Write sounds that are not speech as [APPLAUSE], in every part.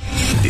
The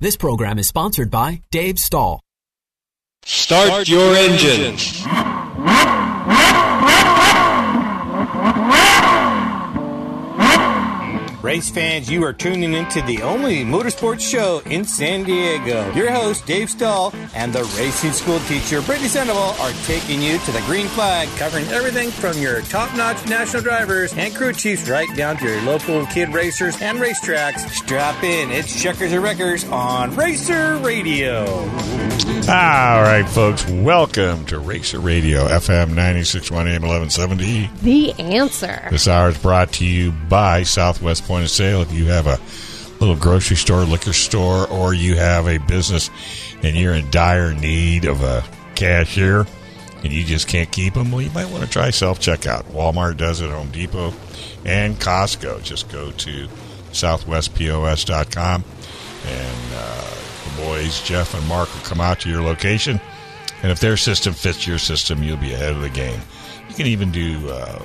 This program is sponsored by Dave Stahl. Start, your, engine. Race fans, you are tuning into the only motorsports show in San Diego. Your host, Dave Stahl, and the racing school teacher, Brittany Sandoval, are taking you to the green flag, covering everything from your top notch national drivers and crew chiefs right down to your local kid racers and racetracks. Strap in, it's Checkers and Wreckers on Racer Radio. All right, folks, welcome to Racer Radio, FM 961 AM 1170. The answer. This hour is brought to you by Southwest Point of Sale. If you have a little grocery store, liquor store, or you have a business and you're in dire need of a cashier and you just can't keep them, well, you might want to try self checkout. Walmart does it, Home Depot, and Costco. Just go to southwestpos.com and uh, the boys, Jeff and Mark, will come out to your location. And if their system fits your system, you'll be ahead of the game. You can even do uh,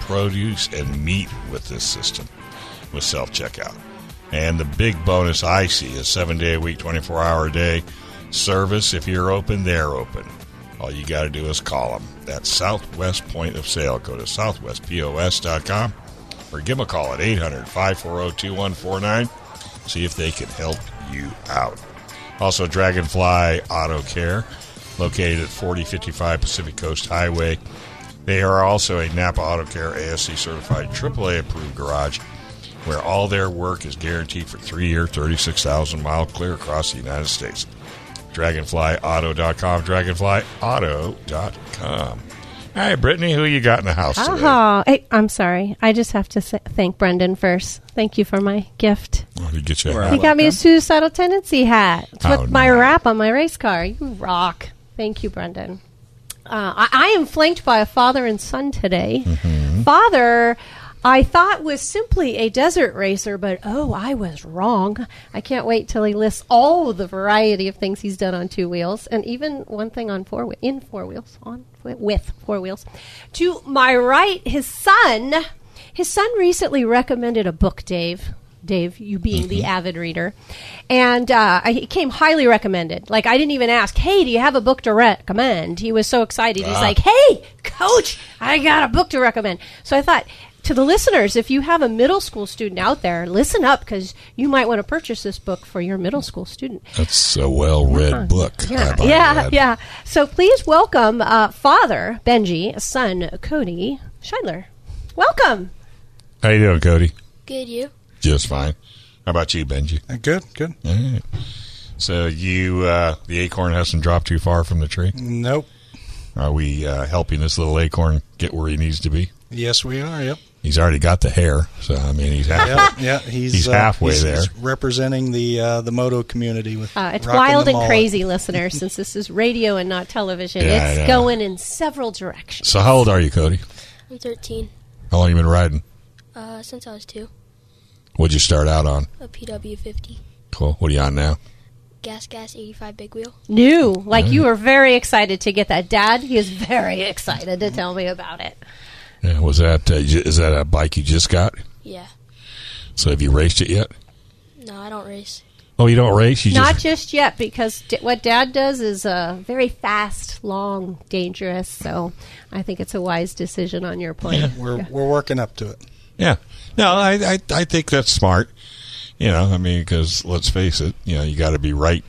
produce and meat with this system with self checkout. And the big bonus I see is seven day a week, 24 hour a day service. If you're open, they're open. All you got to do is call them. That's Southwest Point of Sale. Go to southwestpos.com or give them a call at 800 540 2149. See if they can help you out. Also, Dragonfly Auto Care, located at 4055 Pacific Coast Highway. They are also a Napa Auto Care ASC certified AAA approved garage where all their work is guaranteed for three year, 36,000 mile clear across the United States. DragonflyAuto.com, DragonflyAuto.com. All right, Brittany, who you got in the house today? Oh, hey, I'm sorry. I just have to sa- thank Brendan first. Thank you for my gift. Oh, you get you a Where hat. I He like got me a them. suicidal tendency hat It's Oh, with my nice. wrap on my race car. You rock. Thank you, Brendan. Uh, I, I am flanked by a father and son today. Father, I thought was simply a desert racer, but oh, I was wrong. I can't wait till he lists all the variety of things he's done on two wheels, and even one thing on four whe- in four wheels on wi- with four wheels. To my right, his son. His son recently recommended a book, Dave. Dave, you being the avid reader, and uh, I- it came highly recommended. Like I didn't even ask, "Hey, do you have a book to recommend?" He was so excited. He's like, "Hey, coach, I got a book to recommend." So I thought, to the listeners, if you have a middle school student out there, listen up because you might want to purchase this book for your middle school student. That's a well read book. Yeah, I yeah, might add. yeah. So please welcome uh, father Benji, son Cody Scheidler. Welcome. How you doing, Cody? Good, you? Just fine. How about you, Benji? Good, good. All right. So you, uh, the acorn hasn't dropped too far from the tree. Nope. Are we uh, helping this little acorn get where he needs to be? Yes, we are. Yep. He's already got the hair, so I mean he's halfway. Yeah, yeah. He's, He's uh, halfway he's- there. he's representing the uh, the moto community with Uh, it's rocking wild the and mullet. crazy, listeners, since this is radio and not television. Yeah, I know. it's going in several directions. So how old are you, Cody? I'm 13. How long you been riding? Uh, since I was two, What'd you start out on? a PW50, Cool. What are you on now? gas gas 85 big wheel. New. Like you were very excited to get that. Dad, he is very [LAUGHS] excited to tell me about it. Yeah, was that uh, j- is that a bike you just got? Yeah. So have you raced it yet? No, I don't race. Oh, you don't race. You Not just just yet, because d- what Dad does is uh, very fast, long, dangerous. So I think it's a wise decision on your point. [LAUGHS] We're we're working up to it. yeah. No, I, I I think that's smart. You know, I mean, because let's face it, you know, you got to be right,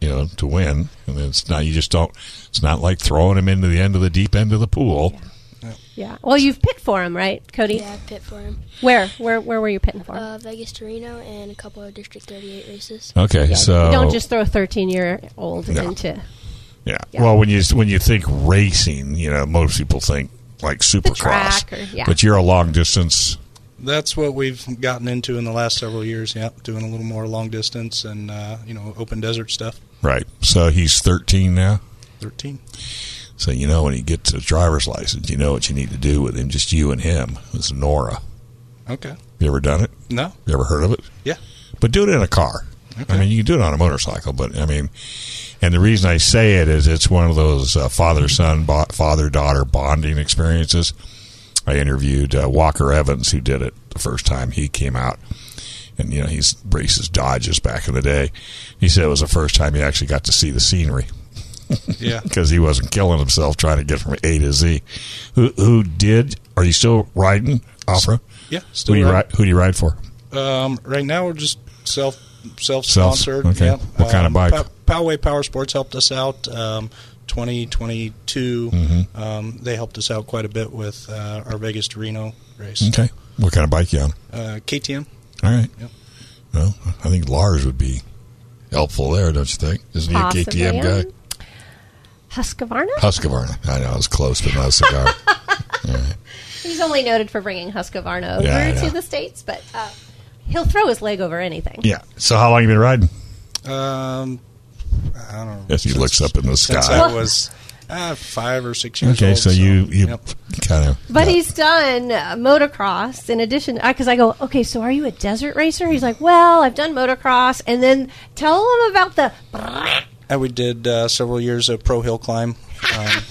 you know, to win. And it's not you just don't. It's not like throwing him into the end of the deep end of the pool. Yeah. Well, you've pit for him, right, Cody? Yeah, I pit for him. Where? Where? Where were you pitting for? Uh, Vegas Torino and a couple of District 38 races. Okay, so Don't just throw a thirteen-year-old oh. No. into Yeah. Well, when you when you think racing, you know most people think like supercross, track or- yeah. but you're a long distance That's what we've gotten into in the last several years. Yep, doing a little more long distance and uh, you know open desert stuff. Right. So he's 13 now. Thirteen. So you know when he gets a driver's license, you know what you need to do with him. Just you and him. It's Nora. Okay. You ever done it? No. You ever heard of it? Yeah. But do it in a car. I Okay. mean, you can do it on a motorcycle, but I mean, and the reason I say it is it's one of those uh, father son, bo- father daughter bonding experiences. I interviewed uh, Walker Evans, who did it the first time he came out. And, you know, he's races Dodges back in the day. He said it was the first time he actually got to see the scenery Yeah. because he wasn't killing himself trying to get from A to Z. Who, who did? Are you still riding off road? Yeah, Who still do you riding. ride? Who do you ride for? Um, right now we're just self self sponsored. okay. Yep. What kind of Um, bike? Pa- Poway Power Sports helped us out. Um, 2022, um, they helped us out quite a bit with uh, our Vegas to Reno race. Okay. What kind of bike you on? Uh, KTM. All right. Yep. Well, I think Lars would be helpful there, don't you think? Isn't he a Possibly. KTM guy? Husqvarna? Husqvarna. I know, it's close, but not a cigar. [LAUGHS] He's only noted for bringing Husqvarna over Yeah, I know. to the States, but uh, he'll throw his leg over anything. yeah. So how long you been riding? Um, I don't know. As he looks up in the Since sky. I was uh, five or six years Okay, old. so you you yep. kind of. But he's done uh, motocross in addition, because I go, okay, so are you a desert racer? He's like, well, I've done motocross, and then tell him about the. And we did uh, several years of pro hill climb. [LAUGHS] Um,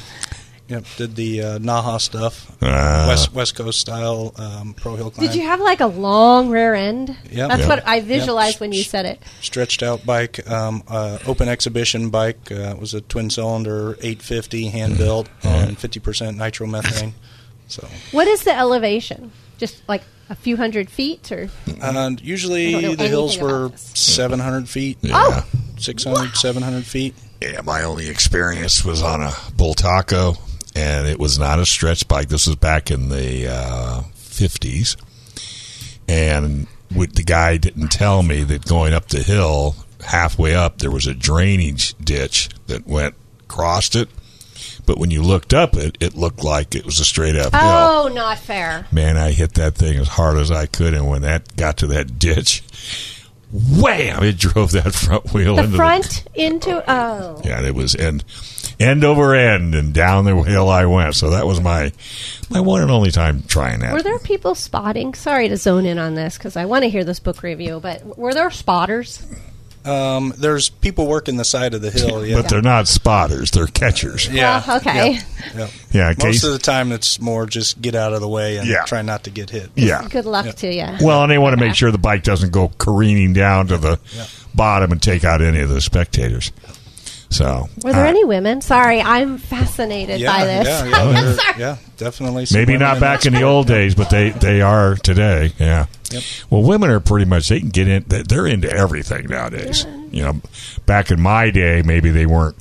yep, did the uh, Naha stuff, Ah. West West Coast style um, pro hill climb. Did you have like a long rear end? Yep. That's Yep. what I visualized when you said it. stretched out bike, um, uh, open exhibition bike. Uh, it was a twin cylinder 850 hand built Mm-hmm. Uh-huh. on 50% [LAUGHS] nitromethane. So What is the elevation? Just like a few hundred feet, or and I don't know usually the hills anything about were this. 700 feet, Oh. Yeah. 600, 700 feet. Yeah, my only experience was on a bull taco, and it was not a stretch bike. This was back in the uh, fifties, and with, the guy didn't tell me that going up the hill, halfway up, there was a drainage ditch that went crossed it. But when you looked up it, it looked like it was a straight up hill oh, not fair. man, I hit that thing as hard as I could, and when that got to that ditch, wham! It drove that front wheel The into front into oh, the yeah. and It was end end over end, and down the hill I went. So that was my my one and only time trying that. Were there people spotting? Sorry to zone in on this because I want to hear this book review, but were there spotters? Um, there's people working the side of the [LAUGHS] hill. Yeah. but they're not spotters; they're catchers. yeah. Oh, okay. [LAUGHS] yeah. Yeah, Most case- of the time, it's more just get out of the way and Yeah. try not to get hit. Yeah. Good luck to you. Well, and they want to make sure the bike doesn't go careening down to the bottom and take out any of the spectators. So, Were there uh, any women? Sorry, I'm fascinated Yeah, by this. yeah, yeah, [LAUGHS] there- yeah, definitely. some Maybe women not back that in the old days, but they, they are today. Yeah. Yep. Well, women are pretty much they can get in. they- They're into everything nowadays. You know, back in my day, maybe they weren't.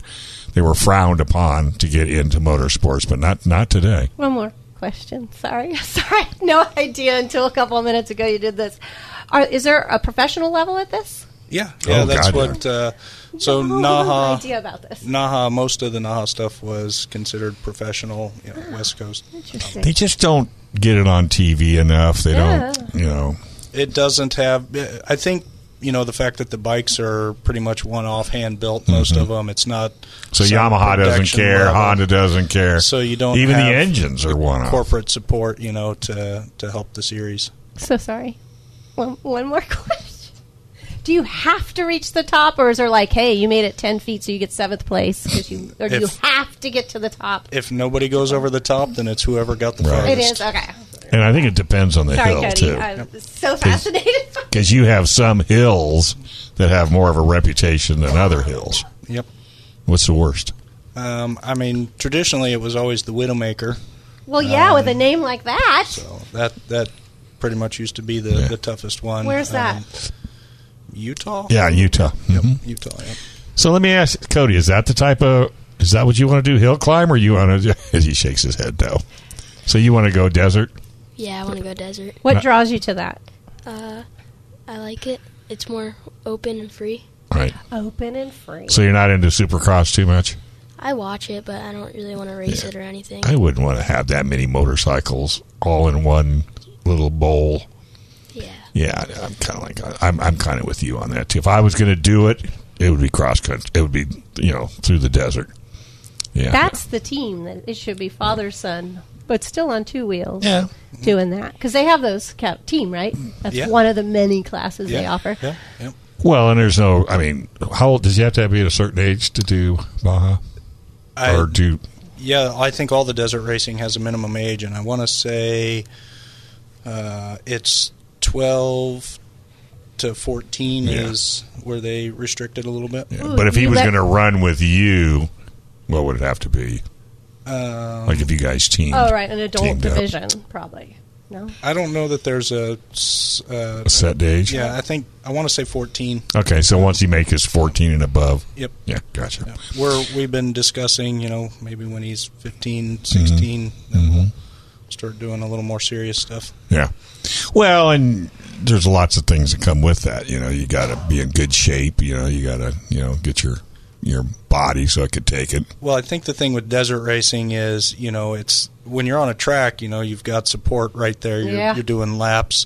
They were frowned upon to get into motorsports, but not not today. One more question. Sorry, [LAUGHS] sorry. I had No idea until a couple of minutes ago you did this. Are, is there a professional level at this? Yeah, yeah, Oh, that's God, what. Uh, so No Naha, idea about this. [LAUGHS] Naha, most of the Naha stuff was considered professional, you know, West Coast. Interesting. They just don't get it on TV enough. They Yeah. don't. You know. It doesn't have. I think you know the fact that the bikes are pretty much one-off, hand-built. Most of them. It's not. Mm-hmm. So some Yamaha doesn't production care. level Honda doesn't care. So you don't even the have engines are one off. corporate support, you know, to to help the series. So sorry. One, one more question. Do you have to reach the top, or is there like, hey, you made it ten feet, so you get seventh place? 'cause you, or do you If- have to get to the top? If nobody goes over the top, then it's whoever got the Right. It farthest. is okay. And I think it depends on the Sorry, hill Cody. too. I'm so fascinated. [LAUGHS] because you have some hills that have more of a reputation than other hills. Yep. What's the worst? Um, I mean, traditionally it was always the Widowmaker. well, yeah, with a name like that. So that that pretty much used to be the, Yeah. the toughest one. Where's that? Utah. Yeah, Utah. Mhm. Utah. Yeah. So let me ask Cody: Is that the type of is that what you want to do? Hill climb, or you want to? [LAUGHS] As he shakes his head, no. So you want to go desert? Yeah, I want to go desert. What draws you to that? Uh, I like it. It's more open and free. Right. Open and free. So you're not into supercross too much. I watch it, but I don't really want to race it or anything. I wouldn't want to have that many motorcycles all in one little bowl. Yeah. Yeah, I- I'm kind of like I'm I'm kind of with you on that too. If I was going to do it, it would be cross country. It would be you know through the desert. Yeah, That's the team that it should be father son, but still on two wheels. yeah. Doing that because they have those ca- team right. That's Yeah. one of the many classes they Yeah, offer. Yeah, yeah. Well, and there's no. I mean, how old does he have to be at a certain age to do Baja I- or do? Yeah, I think all the desert racing has a minimum age, and I want to say uh, it's 12 to 14 Yeah. is where they restrict it a little bit. Yeah. Ooh, but if he you was let- going to run with you, what would it have to be? Um, Like if you guys teamed? Oh right, an adult Teamed up. division probably. No, I don't know that there's a. s- Uh, A set age. yeah, I think I want to say 14. Okay, so once he makes his 14 and above. Yep. Yeah, gotcha. Yeah. We're, we've been discussing, you know, maybe when he's 15, 16, then Mm-hmm. we'll start doing a little more serious stuff. Well, and there's lots of things that come with that. You know, you got to be in good shape. You know, you got to you know get your your body so it could take it. Well, I think the thing with desert racing is, you know, it's when you're on a track, you know, you've got support right there. You're, Yeah. you're doing laps.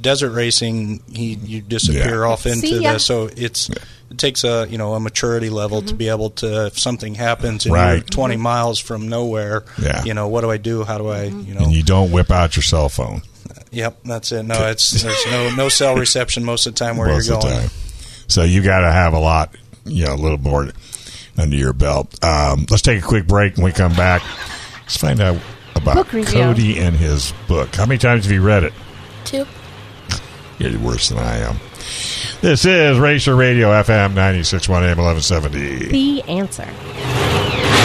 Desert racing, he, you disappear Yeah. off into See ya. the so it's it takes a you know a maturity level Mm-hmm. to be able to if something happens and you're Right. 20 miles from nowhere, Yeah. you know what do I do? How do I Mm-hmm. you know? And you don't whip out your cell phone yep, that's it. No, it's there's no no cell reception most of the time where most you're of the going. time. So you got to have a lot, you know, a little more under your belt. Um, let's take a quick break. When we come back, let's find out about Book review. Cody and his book. How many times have you read it? Two. You're worse than I am. This is Racer Radio FM 961 AM 1170. the answer.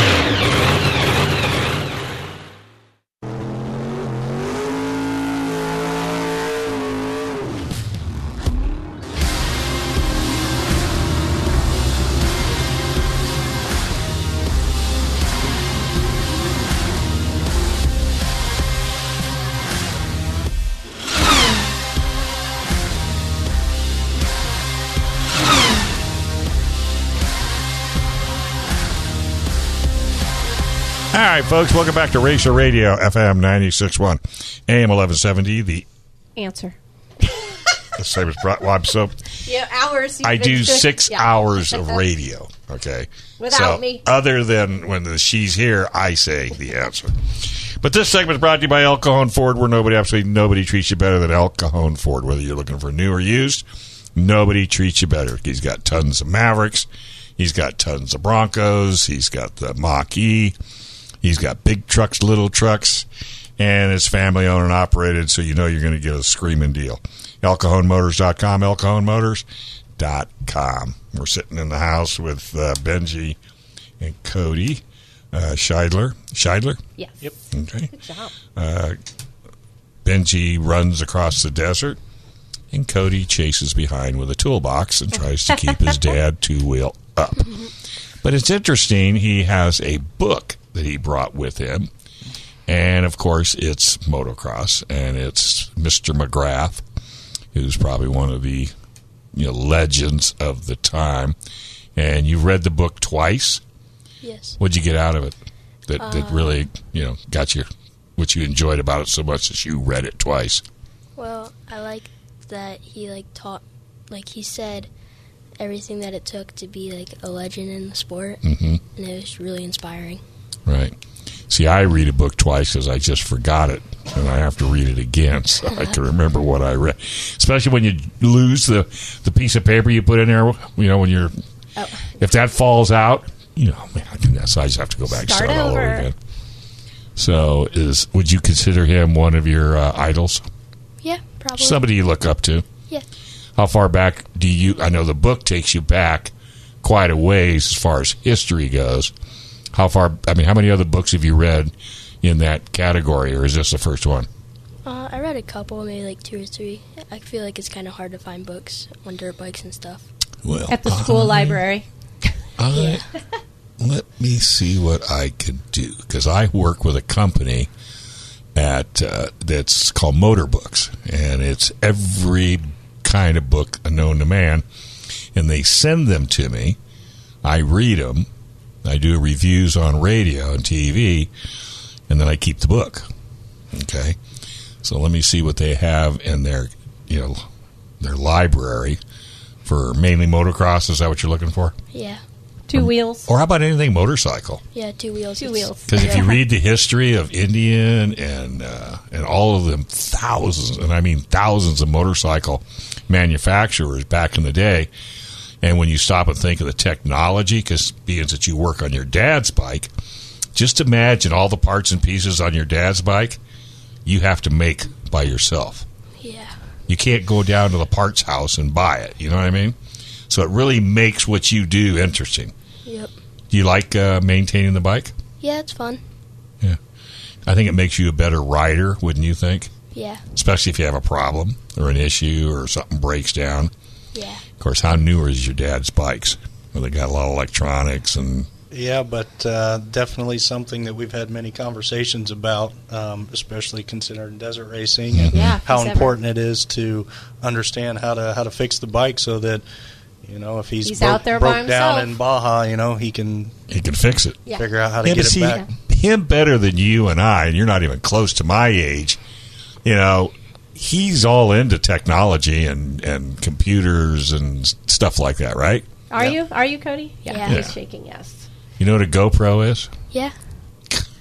All right, folks, welcome back to Racer Radio FM 961 AM 1170. The Answer. the same as brought. Well, I'm so Yeah, hours. I do six hours [LAUGHS] of radio. Okay, Without So, me. Other than when the, she's here, I say the answer. But this segment is brought to you by El Cajon Ford, where nobody, absolutely nobody, treats you better than El Cajon Ford. Whether you're looking for new or used, nobody treats you better. He's got tons of Mavericks. He's got tons of Broncos. He's got the Mach E. He's got big trucks, little trucks, and it's family owned and operated, so you know you're going to get a screaming deal. ElCajonMotors.com, ElCajonMotors.com. We're sitting in the house with uh, Benji and Cody uh, Scheidler. Scheidler? Yes. Yep. Okay. Job. Uh, Benji runs across the desert, and Cody chases behind with a toolbox and tries to keep his dad two wheel up. But it's interesting, he has a book that he brought with him. And of course, it's motocross, and it's Mr. McGrath, who's probably one of the you know, legends of the time. And you read the book twice. Yes. What'd you get out of it that, that really, you know, got you what you enjoyed about it so much that you read it twice? Well, I like that he like taught, like he said, everything that it took to be like a legend in the sport, mm-hmm. and it was really inspiring. Right. See, I read a book twice because I just forgot it, and I have to read it again so I can remember what I read. Especially when you lose the, the piece of paper you put in there, you know, when you're if that falls out, you know, man, I can, so I just have to go back and Start start all over over. again. So, is would you consider him one of your uh, idols? Yeah, probably. Somebody you look up to? Yeah, How far back do you? I know the book takes you back quite a ways as far as history goes. How far? I mean, how many other books have you read in that category, or is this the first one? uh, I read a couple, maybe like two or three. I feel like it's kind of hard to find books on dirt bikes and stuff. Well, At the school library. I, let me see what I can do because I work with a company at uh, that's called Motor Books, and it's every kind of book known to man, and they send them to me. I read them. I do reviews on radio and TV, and then I keep the book. Okay, so let me see what they have in their you know their library for mainly motocross. Is that what you're looking for? Yeah, Two wheels. Or how about anything motorcycle? yeah, two wheels. Two it's- wheels. Because if you read the history of Indian and uh, and all of them thousands and I mean thousands of motorcycle manufacturers back in the day, and when you stop and think of the technology, because being that you work on your dad's bike, just imagine all the parts and pieces on your dad's bike you have to make by yourself. Yeah, You can't go down to the parts house and buy it. You know what I mean? So it really makes what you do interesting. yep. Do you like uh, maintaining the bike? Yeah, it's fun. I think it makes you a better rider, wouldn't you think? Yeah, Especially if you have a problem or an issue or something breaks down. yeah, Of course, how new is your dad's bikes? Well, they got a lot of electronics and Yeah, but uh, definitely something that we've had many conversations about, um, especially considering desert racing and Oh, Yeah, how he's ever- important it is to understand how to how to fix the bike so that you know if he's, He's broke, out there by broke down himself. in Baja, you know he can he can fix it. Yeah. figure out how to Yeah, but get it see, back. Him better than you and I, and you're not even close to my age. You know, he's all into technology and, and computers and s- stuff like that, right? Are you? Are you, Cody? Yeah. He's [LAUGHS] shaking yes. You know what a GoPro is? yeah.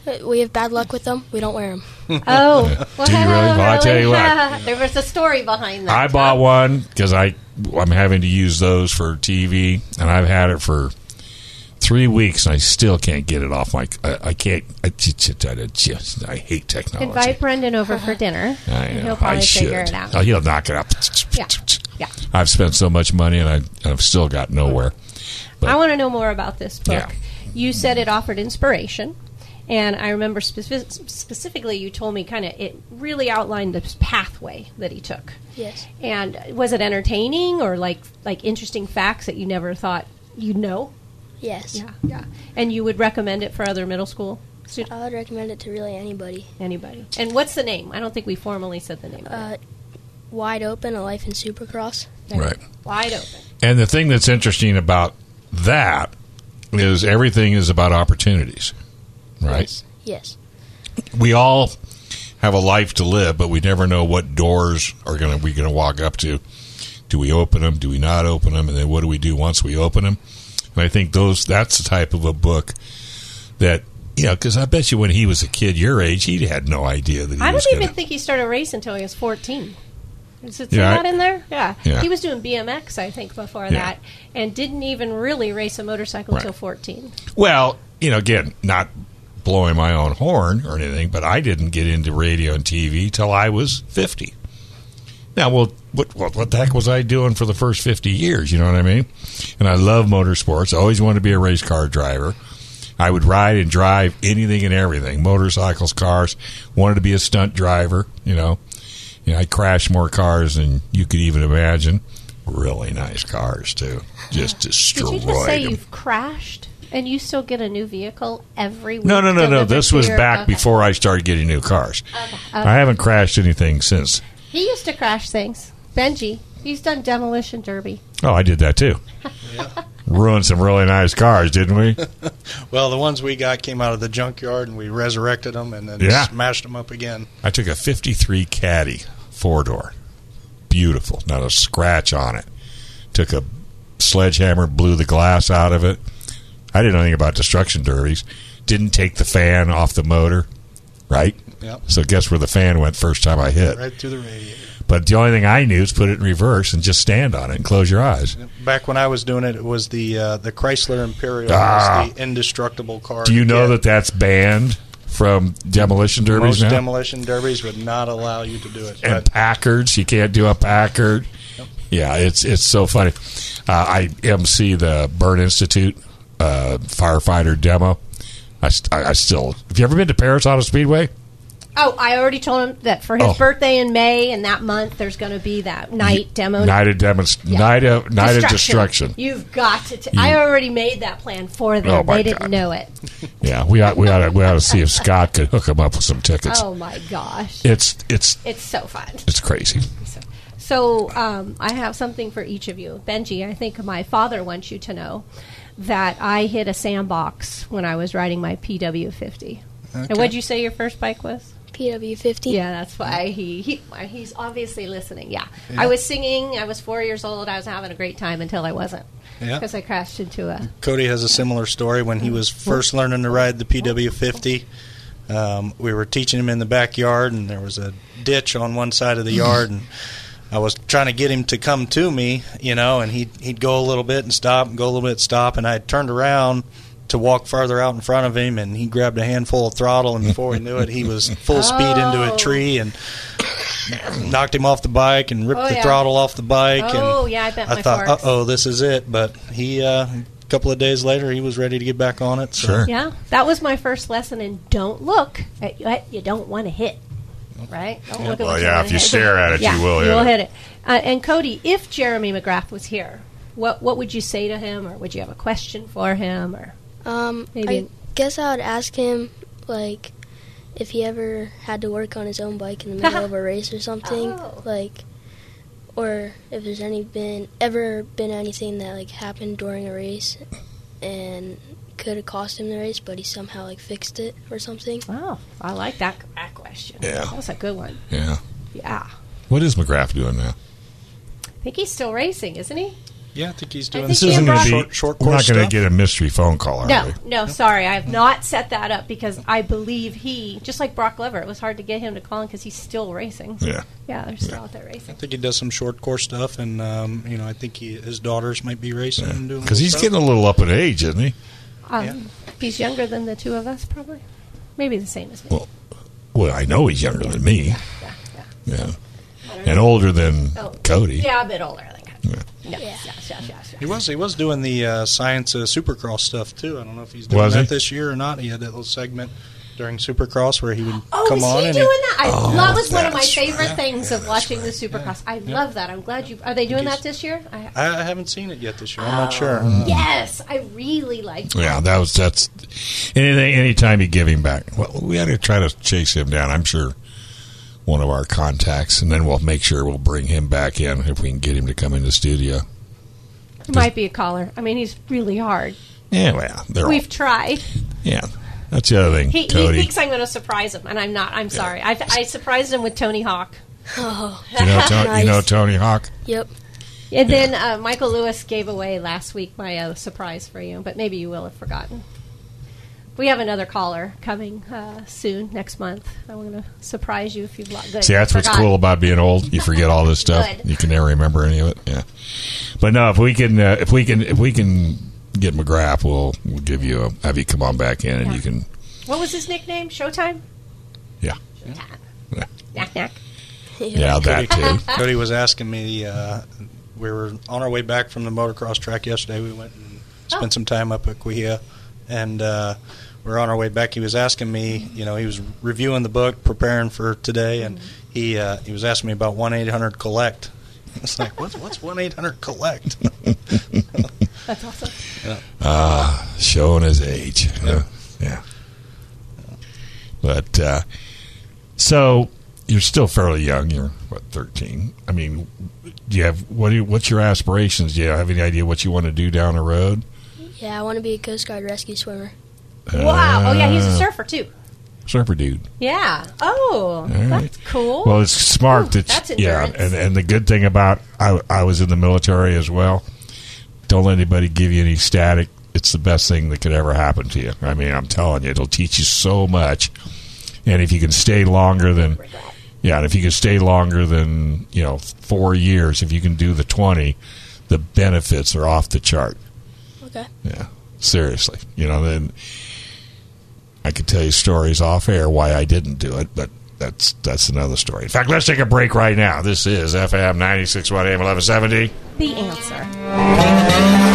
Uh, We have bad luck with them. We don't wear them. Oh, Do you really? Well, I tell you what. [LAUGHS] there was a story behind that. I bought one because I I'm having to use those for TV, and I've had it for three weeks, and I still can't get it off my. I, I can't. I, just, I just- I hate technology. Invite Brendan over [LAUGHS] for dinner. Oh, I know. He'll probably I should. figure it out. Oh, he'll knock it up. [LAUGHS] Yeah. Yeah. I've spent so much money, and I, I've still got nowhere. I want to know more about this book. Yeah. You said it offered inspiration, and I remember speci- specifically you told me kind of it really outlined the pathway that he took. Yes. And was it entertaining or like like interesting facts that you never thought you'd know? Yes. yeah. And you would recommend it for other middle school Uh, students? I would recommend it to really anybody. Anybody? And what's the name? I don't think we formally said the name. Of Uh, wide open, a life in supercross. it. Right. Wide open. And the thing that's interesting about that is everything is about opportunities, right? Yes. Yes. we all have a life to live, but we never know what doors are going to we going to walk up to. Do we open them? Do we not open them? And then what do we do once we open them? And I think those that's the type of a book that you know because I bet you when he was a kid your age he had no idea that he I was don't even gonna- think he started racing until he was 14. Is it say Yeah, I- that in there? Yeah. Yeah. He was doing BMX, I think, before Yeah. that, and didn't even really race a motorcycle Right. until 14. Well, you know, again, not blowing my own horn or anything, but I didn't get into radio and TV till I was fifty. Now, well, what, what what the heck was I doing for the first fifty years? You know what I mean? And I love motorsports. I always wanted to be a race car driver. I would ride and drive anything and everything, motorcycles, cars. Wanted to be a stunt driver. You know, you know, I crashed more cars than you could even imagine. Really nice cars too. Just Did destroyed you just say them. you've crashed and you still get a new vehicle every week? No, no, no, no. delivered This to was your- back okay. before I started getting new cars. I haven't crashed anything since. He used to crash things. Benji, he's done demolition derby. Oh, I did that too. Ruined some really nice cars, didn't we? Well, the ones we got came out of the junkyard and we resurrected them and then Yeah. smashed them up again. I took a 53 Caddy four door. Beautiful. Not a scratch on it. Took a sledgehammer, blew the glass out of it. I didn't know anything about destruction derbies. Didn't take the fan off the motor, right? Yep, So guess where the fan went first time I hit. right through the radiator. But the only thing I knew is put it in reverse and just stand on it and close your eyes. Back when I was doing it, it was the uh, the Chrysler Imperial Ah. was the indestructible car. Do you to know get. that that's banned from demolition derbies most now? demolition derbies would not allow you to do it? and But Packards, you can't do a Packard. Yeah, it's it's so funny. Uh, I MC the Burn Institute uh, firefighter demo. I, st- I, I still. Have you ever been to Paris Auto Speedway? Oh, I already told him that for his Oh. birthday in May and that month, there's going to be that night demo. Night of demonst- night of night of destruction. You've got to. T- I already made that plan for them. Oh, my they didn't God. know it. Yeah, we ought, we ought to, we ought to see if Scott could hook him up with [LAUGHS] some tickets. Oh my gosh, It's it's it's so fun. it's crazy. So um, I have something for each of you, Benji. I think my father wants you to know that I hit a sandbox when I was riding my PW50. And what'd you say your first bike was? PW fifty. Yeah, that's why he, he why he's obviously listening. Yeah. I was singing. I was four years old. I was having a great time until I wasn't Uh. Yeah. because I crashed into a. Cody has a similar story when he was first learning to ride the PW50. Um, we were teaching him in the backyard, and there was a ditch on one side of the yard, and I was trying to get him to come to me, you know, and he'd he'd go a little bit and stop, and go a little bit, stop, and I turned around to walk farther out in front of him, and he grabbed a handful of throttle, and before he knew it, he was full speed into a tree and knocked him off the bike and ripped Oh, the yeah. throttle off the bike. Oh, and yeah, I bent my thought, forks. oh, this is it. But he, uh, a couple of days later, he was ready to get back on it. So. [LAUGHS] Sure. Yeah, that was my first lesson in don't look at what you don't want to hit. Right? Don't look at Well, what you yeah, wanna if you hit. stare at it, you Yeah, will You'll hit hit it. Uh, and Cody, if Jeremy McGrath was here, what what would you say to him, or would you have a question for him, or Um, Maybe- I guess I would ask him like if he ever had to work on his own bike in the middle [LAUGHS] of a race or something, Oh. like, or if there's any been ever been anything that like happened during a race and could have cost him the race, but he somehow like fixed it or something. wow, I like that, that question. Yeah. that was a good one. Yeah. Yeah, What is McGrath doing now? I think he's still racing, isn't he? Yeah, I think he's I doing think This isn't Ian going to Brock- short, be. short we're not course going stuff. to get a mystery phone call, are No, we? no, sorry, I have not set that up because I believe he, just like Brock Lever, it was hard to get him to call in because he's still racing. Yeah. Yeah, they're still out there racing. I think he does some short course stuff, and um, you know, I think he, his daughters might be racing and doing Because little he's stuff. getting a little up in age, isn't he? Um, Yeah. He's younger than the two of us, probably. Maybe the same as me. Well, well, I know he's younger than me. yeah, yeah. Yeah. And older than Oh, Cody. Yeah, a bit older than Cody. Yeah. Yeah, yes, yes, yes, yes, yes. He was he was doing the uh, science uh, supercross stuff too. I don't know if he's doing Was that he? this year or not. He had that little segment during supercross where he would Oh, come is on he and Oh, doing that? I, that was one of my Oh, that's favorite things of watching the Supercross. I love that. I'm glad you. Are they doing that this year? I, I, I haven't seen it yet this year. I'm not sure. yes, I really liked. it. Yeah, that was that's anything anytime you give him back. Well, we ought to try to chase him down. I'm sure one of our contacts, and then we'll make sure we'll bring him back in if we can get him to come in the studio. He might be a caller. I mean, he's really hard. Yeah, well, they're all, We've tried. yeah. That's the other thing, He, he Cody. thinks I'm going to surprise him, and I'm not. I'm sorry. I, I surprised him with Tony Hawk. Oh, you [LAUGHS] know, Tony, you know Nice. Tony Hawk. yep. And then uh, Michael Lewis gave away last week my uh, surprise for you, but maybe you will have forgotten. We have another caller coming uh, soon next month. I'm going to surprise you if you've lo- good, See, that's what's forgot. cool about being old. You forget all this stuff. Good. You can never remember any of it. Yeah, but no, if we can, uh, if we can, if we can get McGrath, we'll we'll give you a have you come on back in, and Yeah. you [LAUGHS] can. What was his nickname? Showtime. Yeah, Showtime. yeah, Knack knack. yeah that too. Cody was asking me. Uh, we were on our way back from the motocross track yesterday. We went and spent Oh. some time up at Quihia, and uh, we are on our way back. He was asking me. You know, he was reviewing the book, preparing for today, and he uh, he was asking me about one eight hundred collect. [LAUGHS] It's like what's what's one eight hundred collect? That's awesome. showing his age. Yeah. yeah. But uh, so you're still fairly young. You're what 13. I mean, do you have what? Do you, what's your aspirations? Do you have any idea what you want to do down the road? Yeah, I want to be a Coast Guard rescue swimmer. wow. Oh yeah, he's a Uh, surfer too. surfer dude. Yeah. All Oh, right. that's cool. Well, it's smart Ooh, that that's yeah, endurance. and and the good thing about I I was in the military as well. Don't let anybody give you any static. It's the best thing that could ever happen to you. I mean, I'm telling you, it'll teach you so much. And if you can stay longer than yeah, and if you can stay longer than you know four years, if you can do the twenty, the benefits are off the chart. Okay. Yeah, seriously. You know, then I could tell you stories off air why I didn't do it, but that's that's another story. In fact, let's take a break right now. This is FM 961 AM 1170. the answer.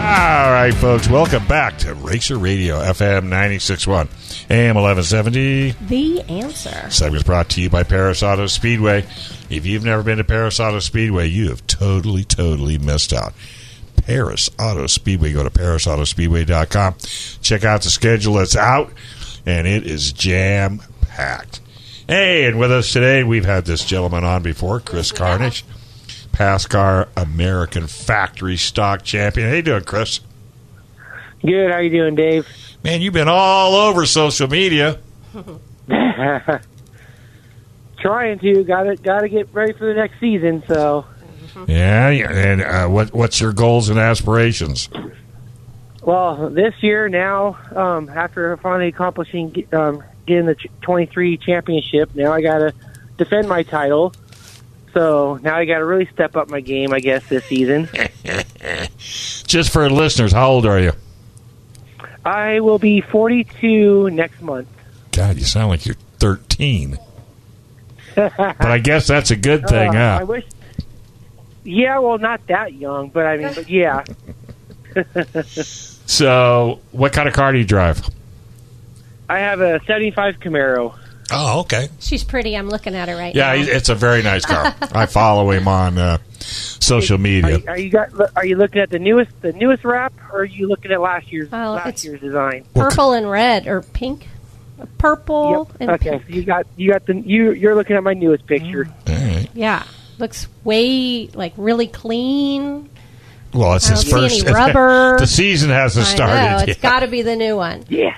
All right, folks, welcome back to Racer Radio FM 961 AM 1170. The answer. Segment's brought to you by Paris Auto Speedway. If you've never been to Paris Auto Speedway, you have totally, totally missed out. Paris Auto Speedway. Go to parisautospeedway.com. Check out the schedule that's out, and it is jam packed. Hey, and with us today, we've had this gentleman on before, Chris Carnish, PASCAR American Factory Stock Champion. How you doing, Chris? Good. How you doing, Dave? Man, you've been all over social media. Trying to. Got to. Got to get ready for the next season. So, Yeah, yeah. and uh, what what's your goals and aspirations? well, this year now, um, after finally accomplishing um, getting the ch- 23 [LAUGHS] championship, now I got to defend my title. So now I got to really step up my game, I guess, this season. Just for listeners, how old are you? I will be 42 next month. God, you sound like you're 13. but I guess that's a good thing, Uh, huh? I wish. Yeah, well, not that young, but I mean, but yeah, So, what kind of car do you drive? I have a 75 Camaro. Oh, okay. She's pretty. I'm looking at her right Yeah, now. he- it's a very nice [LAUGHS] car. I follow him on uh, social Are media. you, are you got? Are you looking at the newest the newest wrap, or are you looking at last year's Well, it's- last year's design? purple and red or pink. Purple and Okay, pink. so you got you got the you you're looking at my newest picture. All right. Yeah. Looks way like really clean. Well, it's I don't his see first. [LAUGHS] any rubber. the season hasn't I started. know. yet. It's got to be the new one. Yeah.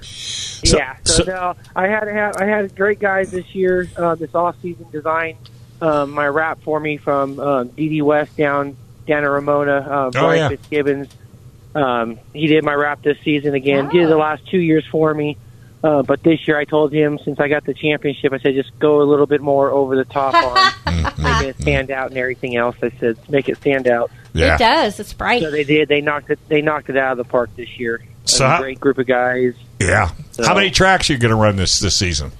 So- yeah. so- So, now I had to have I had great guys this year uh, this off season design um, my wrap for me from um, DD West down down in Ramona. Uh, Brian Oh, yeah. Fitzgibbons. Um, he did my wrap this season again. Did the Wow. Ah. last two years for me. Uh, but this year, I told him since I got the championship, I said just go a little bit more over the top on making it stand out and everything else. I said make it stand out. yeah. It does. It's bright. So they did. They knocked it. They knocked it out of the park this year. [LAUGHS] So a how- great group of guys. Yeah. How So- many tracks are you going to run this this season?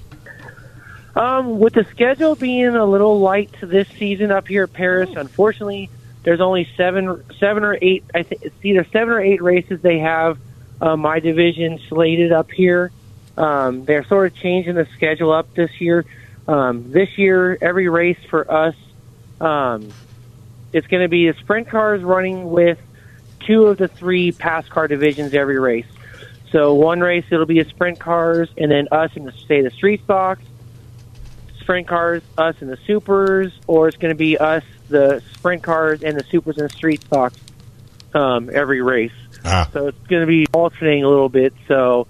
Um, with the schedule being a little light this season up here at Paris, unfortunately, there's only seven, seven or eight. I think it's either seven or eight races they have uh, my division slated up here. Um, they're sort of changing the schedule up this year. Um, this year, every race for us, um, it's going to be the sprint cars running with two of the three pass car divisions every race. So one race it'll be a sprint cars, and then us in the say the street stocks sprint cars, us and the supers, or it's going to be us, the sprint cars, and the supers and the street stocks um, every race. Ah. So it's going to be alternating a little bit. So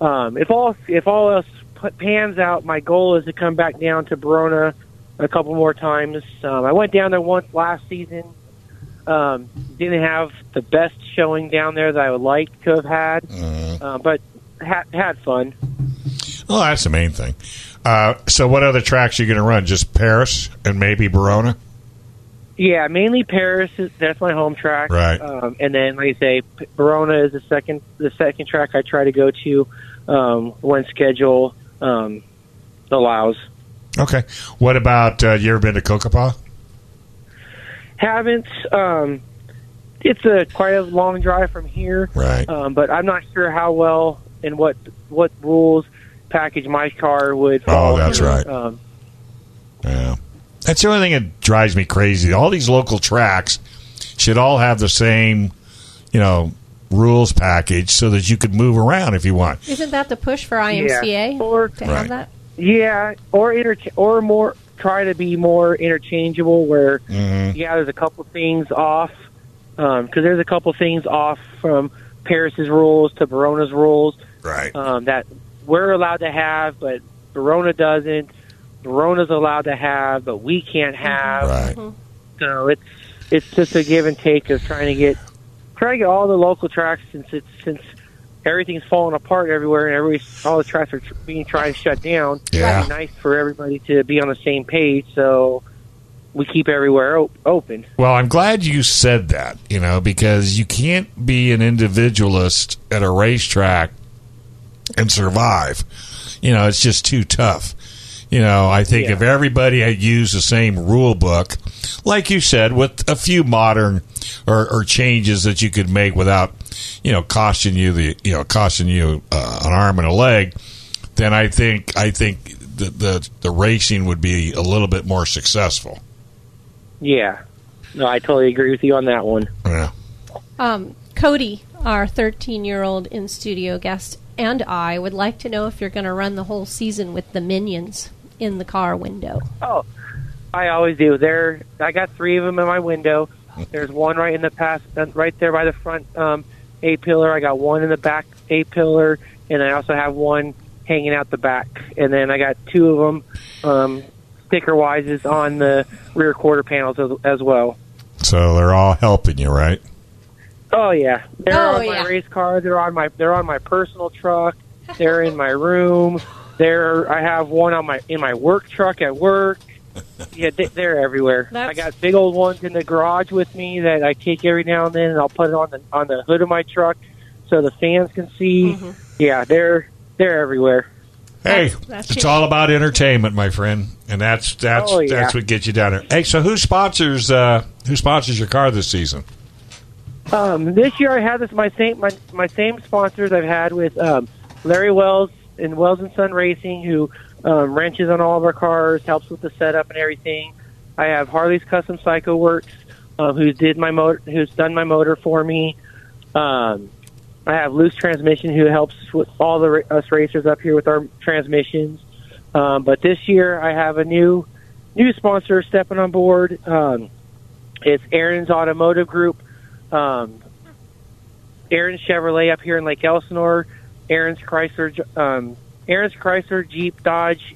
um, if all if all else p- pans out, my goal is to come back down to Verona a couple more times. Um, I went down there once last season. Um, didn't have the best showing down there that I would like to have had, uh, but ha- had fun. Well, that's the main thing. Uh, so, what other tracks are you going to run? Just Paris and maybe Verona? Yeah, mainly Paris. Is, that's my home track. Right. Um, and then, like I say, P- Verona is the second the second track I try to go to um, when schedule um, allows. Okay. What about uh, you ever been to Kokopah? Haven't. Um, it's a quite a long drive from here, Right. um, but I'm not sure how well and what what rules package my car would. fall Oh, that's under. right. Um, Yeah. That's the only thing that drives me crazy. All these local tracks should all have the same, you know, rules package so that you could move around if you want. Isn't that the push for IMCA Yeah. Or- to Right. have that? Yeah, or interch- or more try to be more interchangeable. Where yeah, there's a couple things off because there's a couple things off from Paris's rules to Verona's rules Right. um, that we're allowed to have, but Verona doesn't. Verona's allowed to have, but we can't have. Right. So it's it's just a give and take of trying to get trying to get all the local tracks since it's since everything's falling apart everywhere and every all the tracks are tr- being tried to shut down. Yeah. It'd be nice for everybody to be on the same page. So we keep everywhere op- open. Well, I'm glad you said that, you know, because you can't be an individualist at a racetrack and survive. You know, it's just too tough. You know, I think Yeah. if everybody had used the same rule book, like you said, with a few modern or, or changes that you could make without, you know, costing you the, you know, costing you uh, an arm and a leg, then I think I think the, the the racing would be a little bit more successful. Yeah. No, I totally agree with you on that one. Yeah. Um, Cody, our 13 year old in studio guest, and I would like to know if you're going to run the whole season with the minions in the car window. Oh, I always do. There, I got three of them in my window. There's one right in the past, right there by the front um, A pillar. I got one in the back A pillar, and I also have one hanging out the back. And then I got two of them um, sticker wise is on the rear quarter panels as, as well. So they're all helping you, right? Oh yeah, they're Oh, on my yeah. race car. They're on my they're on my personal truck. They're in my room. They're I have one on my in my work truck at work. Yeah, they, they're everywhere. I That's- got big old ones in the garage with me that I take every now and then, and I'll put it on the on the hood of my truck so the fans can see. Mm-hmm. Yeah, they're they're everywhere. Hey, That's- that's it's it. all about entertainment, my friend, and that's that's Oh, yeah. that's what gets you down there. Hey, so who sponsors uh, who sponsors your car this season? Um, this year I had this my same my, my same sponsors I've had with um, Larry Wells and Wells and Son Racing, who um, wrenches on all of our cars, helps with the setup and everything. I have Harley's Custom Psycho Works, um, who did my motor, who's done my motor for me. Um, I have Loose Transmission, who helps with all the ra- us racers up here with our transmissions. Um, but this year I have a new new sponsor stepping on board. Um, it's Aaron's Automotive Group um, Aaron's Chevrolet up here in Lake Elsinore, Aaron's Chrysler, um, Aaron's Chrysler Jeep Dodge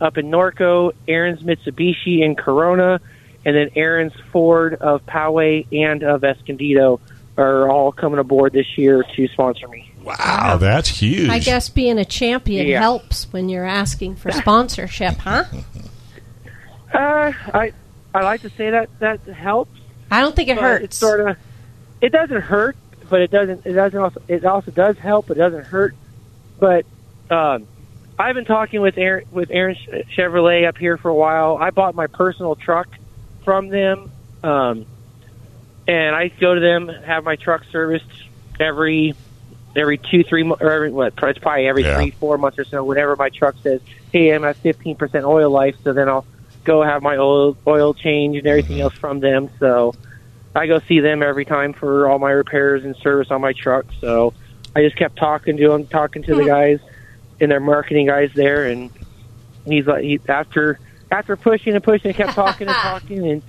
up in Norco, Aaron's Mitsubishi in Corona, and then Aaron's Ford of Poway and of Escondido are all coming aboard this year to sponsor me. Wow, Oh, that's huge. I guess being a champion Yeah. helps when you're asking for sponsorship, huh? Uh, I I like to say that that helps. I don't think it but hurts. It sort of it doesn't hurt, but it doesn't it doesn't also it also does help. But it doesn't hurt. But um, I've been talking with Aaron with Aaron Ch- Chevrolet up here for a while. I bought my personal truck from them, um, and I go to them have my truck serviced every every two three mo- or every what it's probably every Yeah. three four months or so. Whenever my truck says, "Hey, I'm at fifteen percent oil life," so then I'll go have my oil oil change and everything else from them. So I go see them every time for all my repairs and service on my truck. So I just kept talking to them, talking to the guys and their marketing guys there, and he's like, he, after after pushing and pushing, and kept talking and talking, and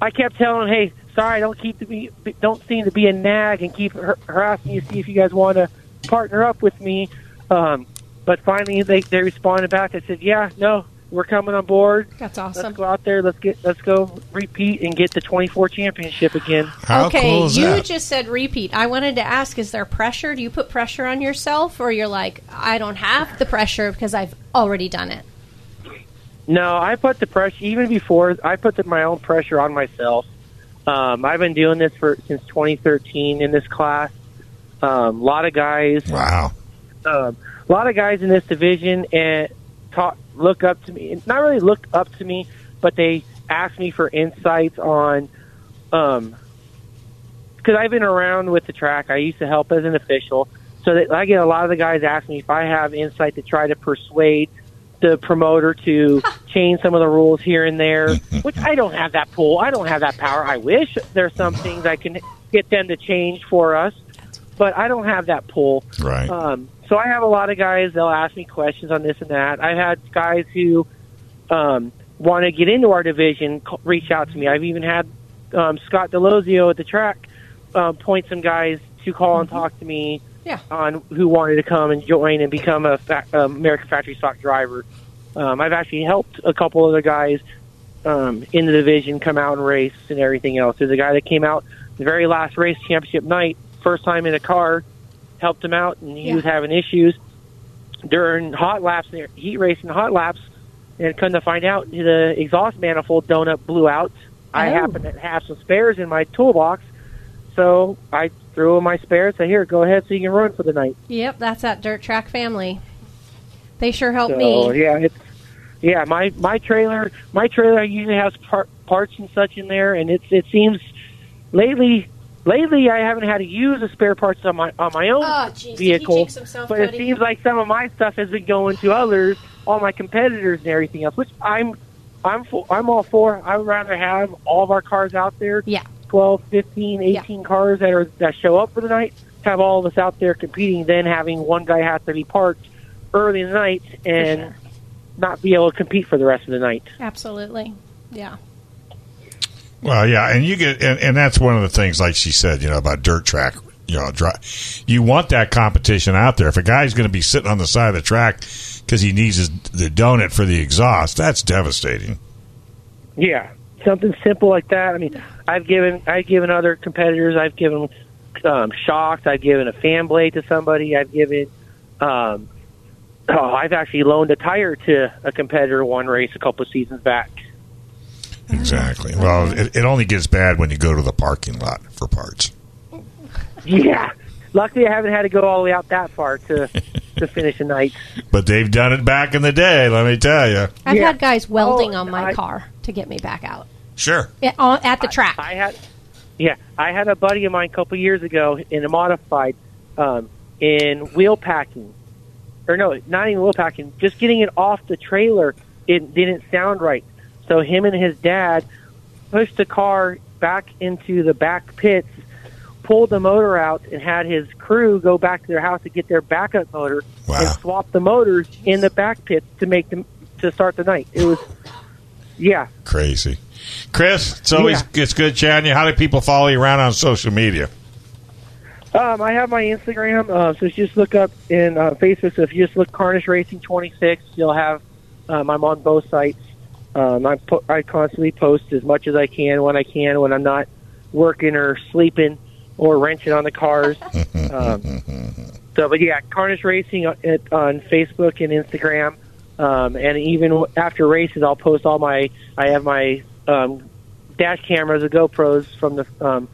I kept telling him, hey, sorry, don't keep to be, don't seem to be a nag, and keep har- harassing you, see if you guys want to partner up with me. Um, but finally, they they responded back. They said, yeah, no, we're coming on board. That's Let's awesome. go out there. Let's get. Let's go repeat and get the 24 championship again. How okay, cool is you that? just said repeat. I wanted to ask: Is there pressure? Do you put pressure on yourself, or you're like, I don't have the pressure because I've already done it? No, I put the pressure even before I put the, my own pressure on myself. Um, I've been doing this for since 2013 in this class. A um, lot of guys, wow. um, a lot of guys in this division, and talk, look up to me. Not really look up to me, but they ask me for insights on. Um, because I've been around with the track, I used to help as an official, so that I get a lot of the guys ask me if I have insight to try to persuade the promoter [LAUGHS] to change some of the rules here and there, which I don't have that pull. I don't have that power. I wish there's some things I can get them to change for us, but I don't have that pull. Right. Um, so I have a lot of guys. They'll ask me questions on this and that. I've had guys who um, want to get into our division c- reach out to me. I've even had um, Scott Delozio at the track um, point some guys to call and talk to me Yeah. on who wanted to come and join and become a fa- um, American factory stock driver. Um, I've actually helped a couple other guys um, in the division come out and race and everything else. There's a guy that came out the very last race championship night, first time in a car, helped him out, and he Yeah. was having issues during hot laps, and heat racing hot laps, and come to find out the exhaust manifold donut blew out. I Oh. happen to have some spares in my toolbox, so I threw in my spares. So here, go ahead, so you can run for the night. Yep, that's that dirt track family. They sure helped So me. yeah, it's yeah. My my trailer, my trailer usually has par- parts and such in there, and it's it seems lately. Lately, I haven't had to use the spare parts on my on my own Oh, jeez, did he vehicle, jinx himself, but it Cody? seems like some of my stuff has been going to others, all my competitors and everything else. Which I'm I'm for, I'm all for. I would rather have all of our cars out there Yeah. 12, 15, 18 cars that are that show up for the night, have all of us out there competing, then having one guy have to be parked early in the night and not be able to compete for the rest of the night. Absolutely. Yeah. Well, yeah, and you get, and, and that's one of the things, like she said, you know, about dirt track. You know, dri you want that competition out there. If a guy's going to be sitting on the side of the track because he needs his, the donut for the exhaust, that's devastating. Yeah, something simple like that. I mean, I've given I've given other competitors. I've given um, shocks. I've given a fan blade to somebody. I've given. Um, oh, I've actually loaned a tire to a competitor one race a couple of seasons back. Exactly. Well, it, it only gets bad when you go to the parking lot for parts. Yeah. Luckily, I haven't had to go all the way out that far to to finish a night. But they've done it back in the day, let me tell you. I've Yeah. had guys welding Oh, on my I- car to get me back out Sure. Yeah, on, at the track. I had, yeah, I had a buddy of mine a couple years ago in a modified, um, in wheel packing, or no, not even wheel packing, just getting it off the trailer. It didn't sound right, so him and his dad pushed the car back into the back pits, pulled the motor out, and had his crew go back to their house to get their backup motor and Wow. swap the motors in the back pits to make them to start the night. It was, yeah. Crazy. Chris, it's always it's good chatting to you. How do people follow you around on social media? Um, I have my Instagram, uh, so just look up in uh, Facebook. So if you just look Carnage Racing 26, you'll have. Um, I'm on both sites. Um, I po- I constantly post as much as I can when I can when I'm not working or sleeping or wrenching on the cars. um, so, but yeah, Carnage Racing on, it- on Facebook and Instagram, um, and even w- after races, I'll post all my. I have my um, dash cameras, the GoPros from the um,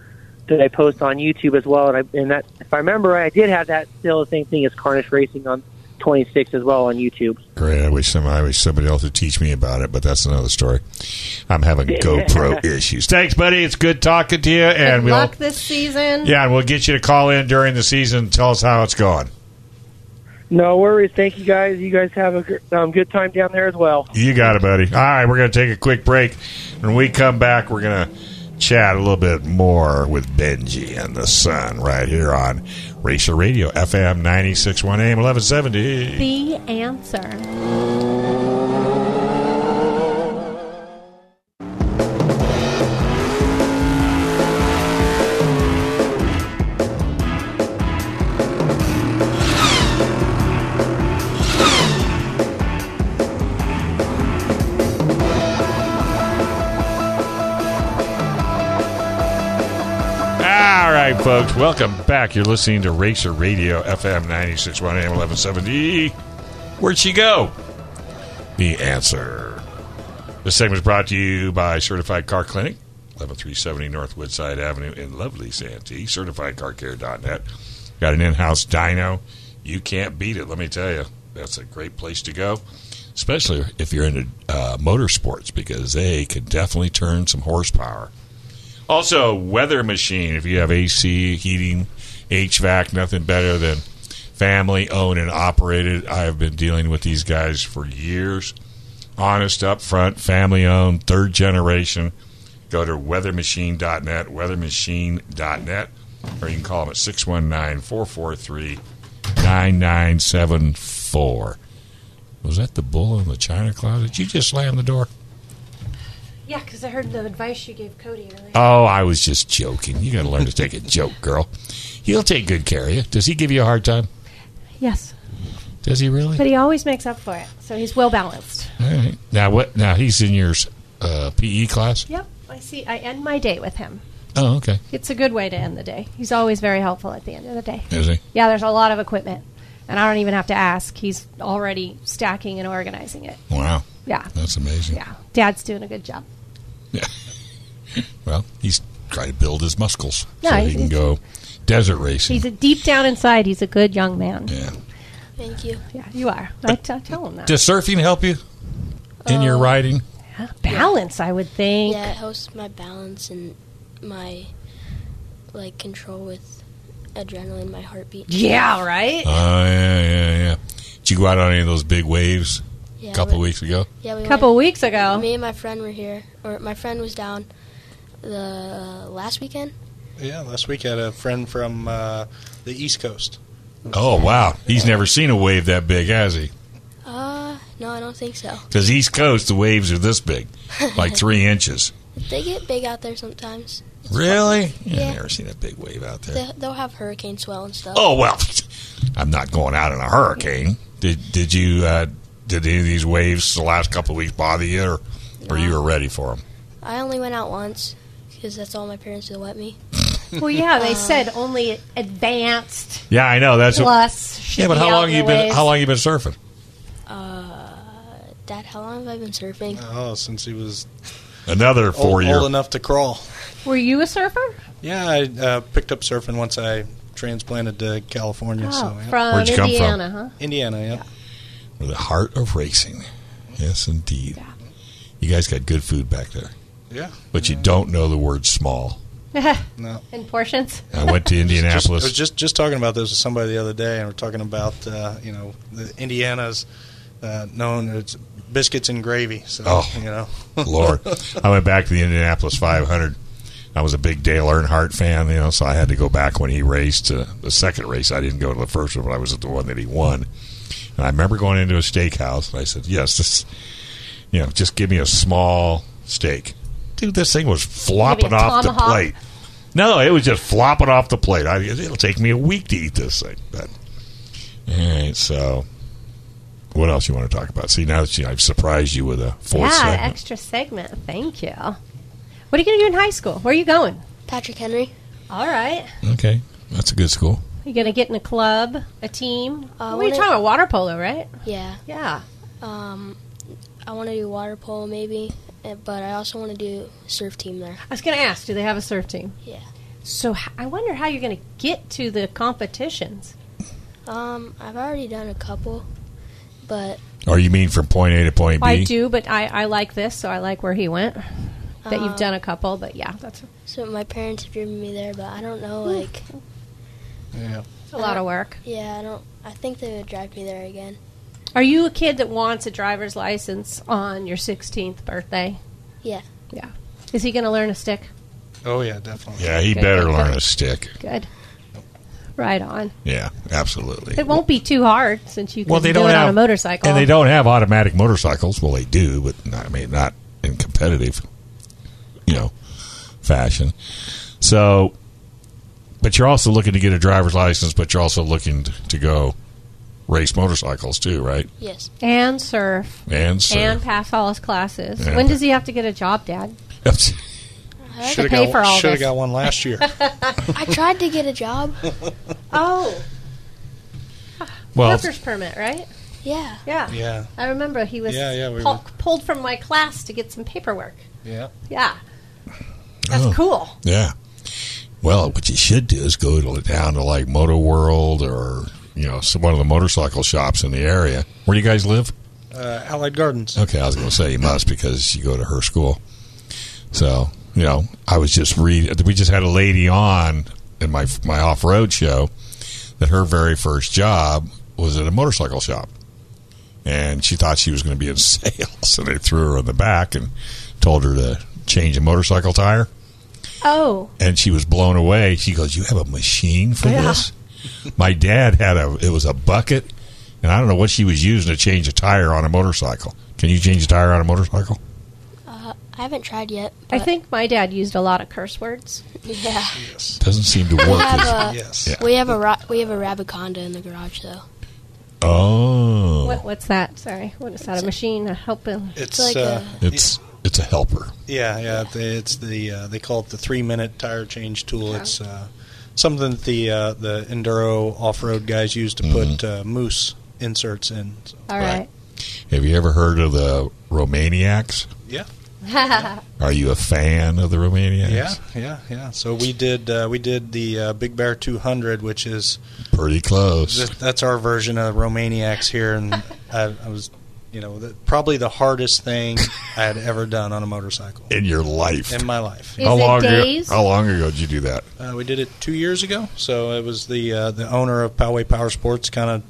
that I post on YouTube as well. And, I, and that, if I remember right, I did have that still the same thing as Carnage Racing on 26 as well on YouTube. Great. I wish somebody, I wish somebody else would teach me about it, but that's another story. I'm having GoPro [LAUGHS] issues. Thanks, buddy. It's good talking to you, and Good we'll luck this season. yeah, and we'll get you to call in during the season. and Tell us how it's going. No worries. Thank you guys. You guys have a gr- um, good time down there as well. You got it, buddy. All right, we're going to take a quick break. When we come back, we're going to chat a little bit more with Benji and the Sun right here on Racer Radio FM 96.1 AM 1170. The answer. All right, folks, welcome back. You're listening to Racer Radio FM 96.1 AM 1170. Where'd she go? The answer. This segment is brought to you by Certified Car Clinic, 11370 North Woodside Avenue in lovely Santee, certifiedcarcare.net. Got an in house dyno. You can't beat it, let me tell you. That's a great place to go, especially if you're into uh, motorsports, because they can definitely turn some horsepower. Also, weather machine. If you have AC, heating, HVAC, nothing better than family owned and operated. I have been dealing with these guys for years. Honest, upfront, family owned, third generation. Go to weathermachine.net, weathermachine.net, or you can call them at 619 443 9974. Was that the bull in the china closet? You just slammed the door. Yeah, because I heard the advice you gave Cody earlier. Oh, I was just joking. You got to learn to take a joke, girl. He'll take good care of you. Does he give you a hard time? Yes, Does he really? but he always makes up for it, so he's well balanced. All right. Now what? Now he's in your uh, PE class. Yep, I see. I end my day with him. Oh, okay. It's a good way to end the day. He's always very helpful at the end of the day. Is he? Yeah, there's a lot of equipment, and I don't even have to ask. He's already stacking and organizing it. Wow, Yeah, that's amazing. yeah. Dad's doing a good job. [LAUGHS] Well, he's trying to build his muscles No, so he he's- can go desert racing. He's a, deep down inside, he's a good young man. yeah. Thank you. Yeah, you are. I t- I tell him that. Does surfing help you in Oh. your riding? Huh? Balance, I would think. Yeah, it helps my balance and my like control with adrenaline, my heartbeat. Yeah, right? Oh yeah, yeah, yeah. Did you go out on any of those big waves Yeah, a couple we- weeks ago? Yeah, we A couple went, weeks ago. Me and my friend were here, or my friend was down. the last weekend. Yeah, last week I had a friend from uh, the East Coast. Oh wow, he's never seen a wave that big, has he? Uh, no, I don't think so. Because East Coast, the waves are this [LAUGHS] big, like three inches. They get big out there sometimes. Really? Yeah, Yeah. I've never seen a big wave out there. They, they'll have hurricane swell and stuff. Oh well, [LAUGHS] I'm not going out in a hurricane. Did did you uh, did any of these waves the last couple of weeks bother you, or or you were ready for them? I only went out once because that's all my parents would let me. Well, yeah, um, they said only advanced Yeah, I know. That's what, plus. should yeah, but be how out long in you the been waves. how long you been surfing? Dad, how long have I been surfing? Oh, since he was Another four old, year. old enough to crawl. Were you a surfer? Yeah, I uh, picked up surfing once I transplanted to California. so Oh, yeah. from Where'd you come from? Indiana, huh? Indiana, yeah. With the heart of racing. Yes, indeed. You guys got good food back there, Yeah. but you don't know the word small. No. In portions. I went [LAUGHS] to Just, I Indianapolis. was just just talking about this with somebody the other day, and we're talking about uh, you know the Indiana's uh, known as biscuits and gravy. So Oh. you know, [LAUGHS] Lord, I went back to the Indianapolis 500. I was a big Dale Earnhardt fan, you know, so I had to go back when he raced uh, the second race. I didn't go to the first one, but I was at the one that he won. And I remember going into a steakhouse, and I said, "Yes, this, you know, just give me a small steak." Dude, this thing was flopping a off the tomahawk? plate. No, it was just flopping off the plate. I, it'll take me a week to eat this thing. But all right, so what else you want to talk about? See, now that you, I've surprised you with a fourth yeah, segment. extra segment. Thank you. What are you going to do in high school? Where are you going? Patrick Henry. All right. Okay, that's a good school. You going to get in a club, a team? Uh, what are you when it- talking about? Water polo, right? Yeah. Yeah. Um, I want to do water polo maybe, eh, but I also want to do surf team there. I was going to ask, do they have a surf team? Yeah. So h- I wonder how you're going to get to the competitions. Um, I've already done a couple, but Or Oh, you mean from point A to point B? I do, but I, I like this, so I like where he went. That you've done a couple, but yeah, that's so my parents have driven me there, but I don't know like yeah. a lot of work. yeah I don't I think they would drive me there again. Are you a kid that wants a driver's license on your 16th birthday? Yeah. Yeah. Is he going to learn a stick? Oh yeah, definitely. Yeah, he Okay, better okay. learn a stick. Good. Right on. Yeah, absolutely. It won't be too hard since you can Well, they do don't it have on a motorcycle. and they don't have automatic motorcycles. Well, they do, but not, I mean, not in competitive, you know, fashion. So, but you're also looking to get a driver's license, but you're also looking t- to go race motorcycles too, right? Yes. And surf And so, and pass all his classes. Yeah. When does he have to get a job, Dad? I, Should- already- Shoulda pay got, for all shoulda this. got one last [LAUGHS] year. I tried to get a job. Oh, [LAUGHS] well, worker's permit, right? Yeah. Yeah. yeah, I remember he was Yeah, yeah, we pull- pulled from my class to get some paperwork. yeah. Yeah. That's Oh. cool. Yeah. Well, what you should do is go to, down to like Motor World or you know some, one of the motorcycle shops in the area. Where do you guys live? Uh, Allied Gardens. Okay, I was going to say you must because you go to her school. So you know, I was just read. We just had a lady on in my my off road show that her very first job was at a motorcycle shop, and she thought she was going to be in [LAUGHS] sales, and they threw her in the back and told her to change a motorcycle tire Oh, and she was blown away. She goes, "You have a machine for Yeah. this?" My dad had a it was a bucket, and I don't know what she was using to change a tire on a motorcycle. Can you change a tire on a motorcycle? I haven't tried yet. I but- think my dad used a lot of curse words. Yeah. Doesn't seem to We work. [LAUGHS] Uh, have a Yes. Yeah. we have a ro- we have a rabbit conda in the garage though. oh, What, what's that? Sorry. What is that? A machine? A helping? It's like uh, it's it's a helper. yeah, yeah. the- It's the uh, they call it the three minute tire change tool. It's uh, something that the uh, the enduro off road guys use to Mm-hmm. put uh, moose inserts in. So, All Right. right. Have you ever heard of the Romaniacs? [LAUGHS] yeah. Are you a fan of the Romaniacs? Yeah, yeah, yeah. So we did uh, we did the uh, Big Bear 200, which is pretty close. th- that's our version of Romaniacs here, and I, I was, you know, the, probably the hardest [LAUGHS] thing I had ever done on a motorcycle In your life, in my life. Is it ago, days? how long ago did you do that? Uh, we did it two years ago, so it was the uh, the owner of Poway Power Sports kind of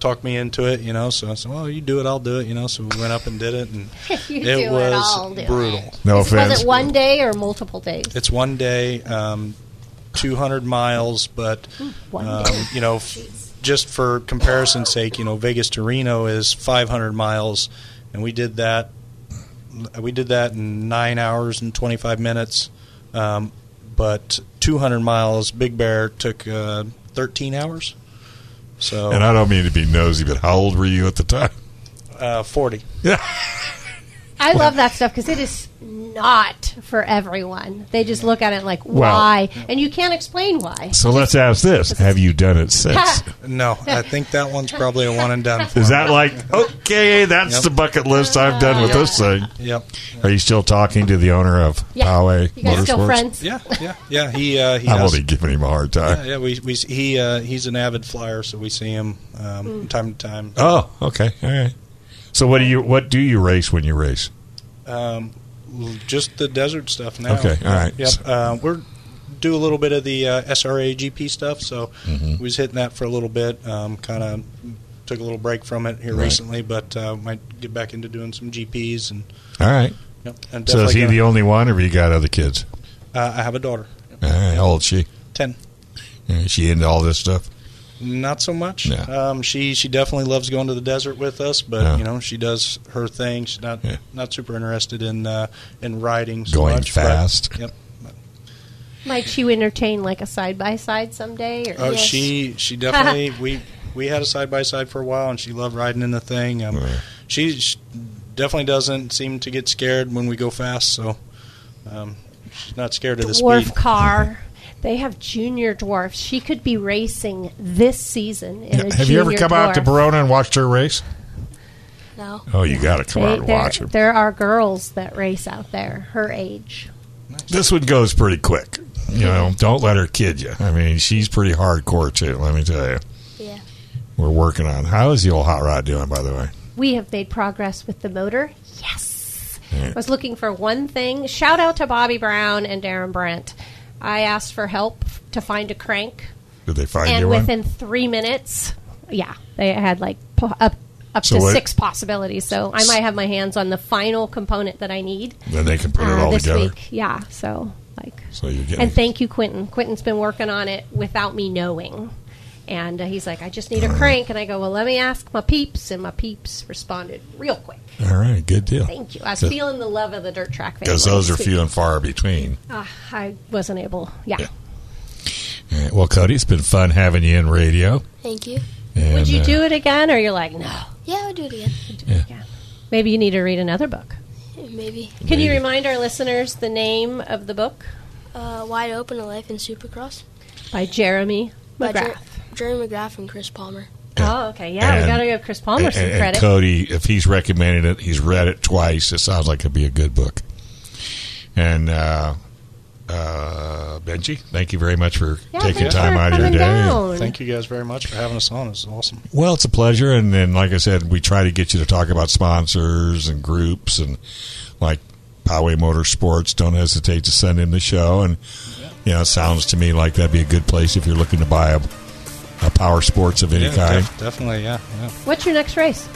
talked me into it, you know. So I said, "Well, you do it, I'll do it," you know. So we went up and did it, and You it do it, I'll was do brutal. it. No Is- Was offense. it one day or multiple days? It's one day, um, 200 miles, but one um, day. you know, f- just for comparison's sake, you know, Vegas to Reno is 500 miles, and we did that. We did that in nine hours and 25 minutes, um, but 200 miles Big Bear took uh, 13 hours. So And I don't mean to be nosy, but how old were you at the time? uh, 40. I love that stuff because it is not for everyone. They just look at it like, Well- why? and you can't explain why. So let's ask this: Have you done it since? [LAUGHS] No, I think that one's probably a one and done. For Is me. that like okay? That's Yep. the bucket list I've done with this thing. Yep. Are you still talking to the owner of Yeah. Poway you guys still Motorsports? friends? Yeah, yeah, yeah. He uh, he I'm has only giving him a hard time. Yeah, yeah, we, we he uh, he's an avid flyer, so we see him um, from time to time. Oh, okay, all right. So what do you what do you race when you race? Um, l- just the desert stuff now. Okay, all right. Yep, uh, we're do a little bit of the uh, SRA GP stuff, so mm-hmm. we was hitting that for a little bit. Um, kind of took a little break from it here Right. recently, but uh, might get back into doing some GPs and. All right. Yep, and So is definitely he the gonna- only one, or have you got other kids? uh, I have a daughter, All right, how old is she? ten. Is she into all this stuff? Not so much. Yeah. Um, she she definitely loves going to the desert with us, but Yeah. you know she does her thing. She's not Yeah. not super interested in uh, in riding. So Going much, but- fast. yep. Might you entertain like a side by side someday? Or Oh, Yes. she she definitely we we had a side by side for a while, and she loved riding in the thing. Um, Right. she, she definitely doesn't seem to get scared when we go fast, so um, she's not scared of the dwarf speed. car. They have junior dwarfs. She could be racing this season in a Have you ever junior come out to dwarf. Verona and watched her race? now. Oh, you got to come out and there, watch her. there are girls that race out there her age. This one goes pretty quick. You know, don't let her kid you. I mean, she's pretty hardcore too. Let me tell you, Yeah. we're working on. How is the old hot rod doing, by the way? We have made progress with the motor. Yes. Yeah. I was looking for one thing. Shout out to Bobby Brown and Darren Brent. I asked for help to find a crank, Did they find and you one? within three minutes, yeah, they had like po- up up So to what- six possibilities. So I might have my hands on the final component that I need. Then they can put it uh, all this together. week. Yeah, so like, So you're getting. and thank you, Quentin. Quentin's been working on it without me knowing, and uh, he's like, "I just need a crank," and I go, "Well, let me ask my peeps," and my peeps responded real quick. all right, good deal. Thank you. I was Yeah. feeling the love of the dirt track family. Because those are Sweet. few and far between. Ah, I wasn't able. Yeah. Yeah. All right, well, Cody, it's been fun having you in radio. Thank you. And, Would you uh, do it again, or you're like, no? Yeah, I'll do it again. do it again. Maybe you need to read another book. Maybe. Can you Maybe. remind our listeners the name of the book Uh, wide open to life in Supercross. by Jeremy By McGrath? Jer- Jerry McGraff and Chris Palmer. Yeah. Oh, okay. Yeah, And- we got to give Chris Palmer and- some and credit. Cody, if he's recommended it, he's read it twice. It sounds like it'd be a good book. And uh, uh, Benji, thank you very much for yeah, taking thanks time for out of your coming day. down. Thank you guys very much for having us on. It's awesome. Well, it's a pleasure, and, and like I said, we try to get you to talk about sponsors and groups, and like Poway Motorsports. Don't hesitate to send in the show, and you know, it sounds to me like that'd be a good place if you're looking to buy a, a power sports of any Yeah, kind. def- definitely, yeah. yeah. What's your next race?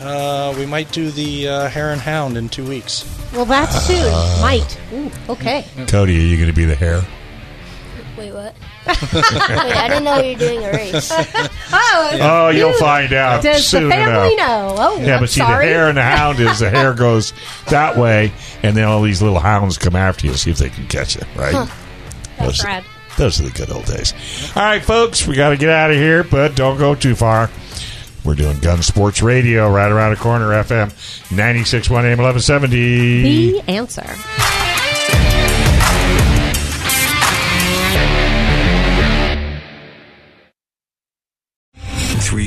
Uh, we might do the uh, Hare and Hound in two weeks. Well, that's Uh, soon. Might. Ooh, okay. Cody, are you going to be the hare? Wait, [LAUGHS] what? Wait, I didn't know you were doing a race. Oh, Oh, you- you'll find out does soon the family enough. know? Oh, Yeah, I'm but see, sorry. the hare and the hound is the hare goes that way, and then all these little hounds come after you, see if they can catch you, right? That's Those- rad. Those are the good old days. All right, folks, we got to get out of here, but don't go too far. We're doing Gun Sports Radio right around the corner, FM 961 AM 1170. The answer. Three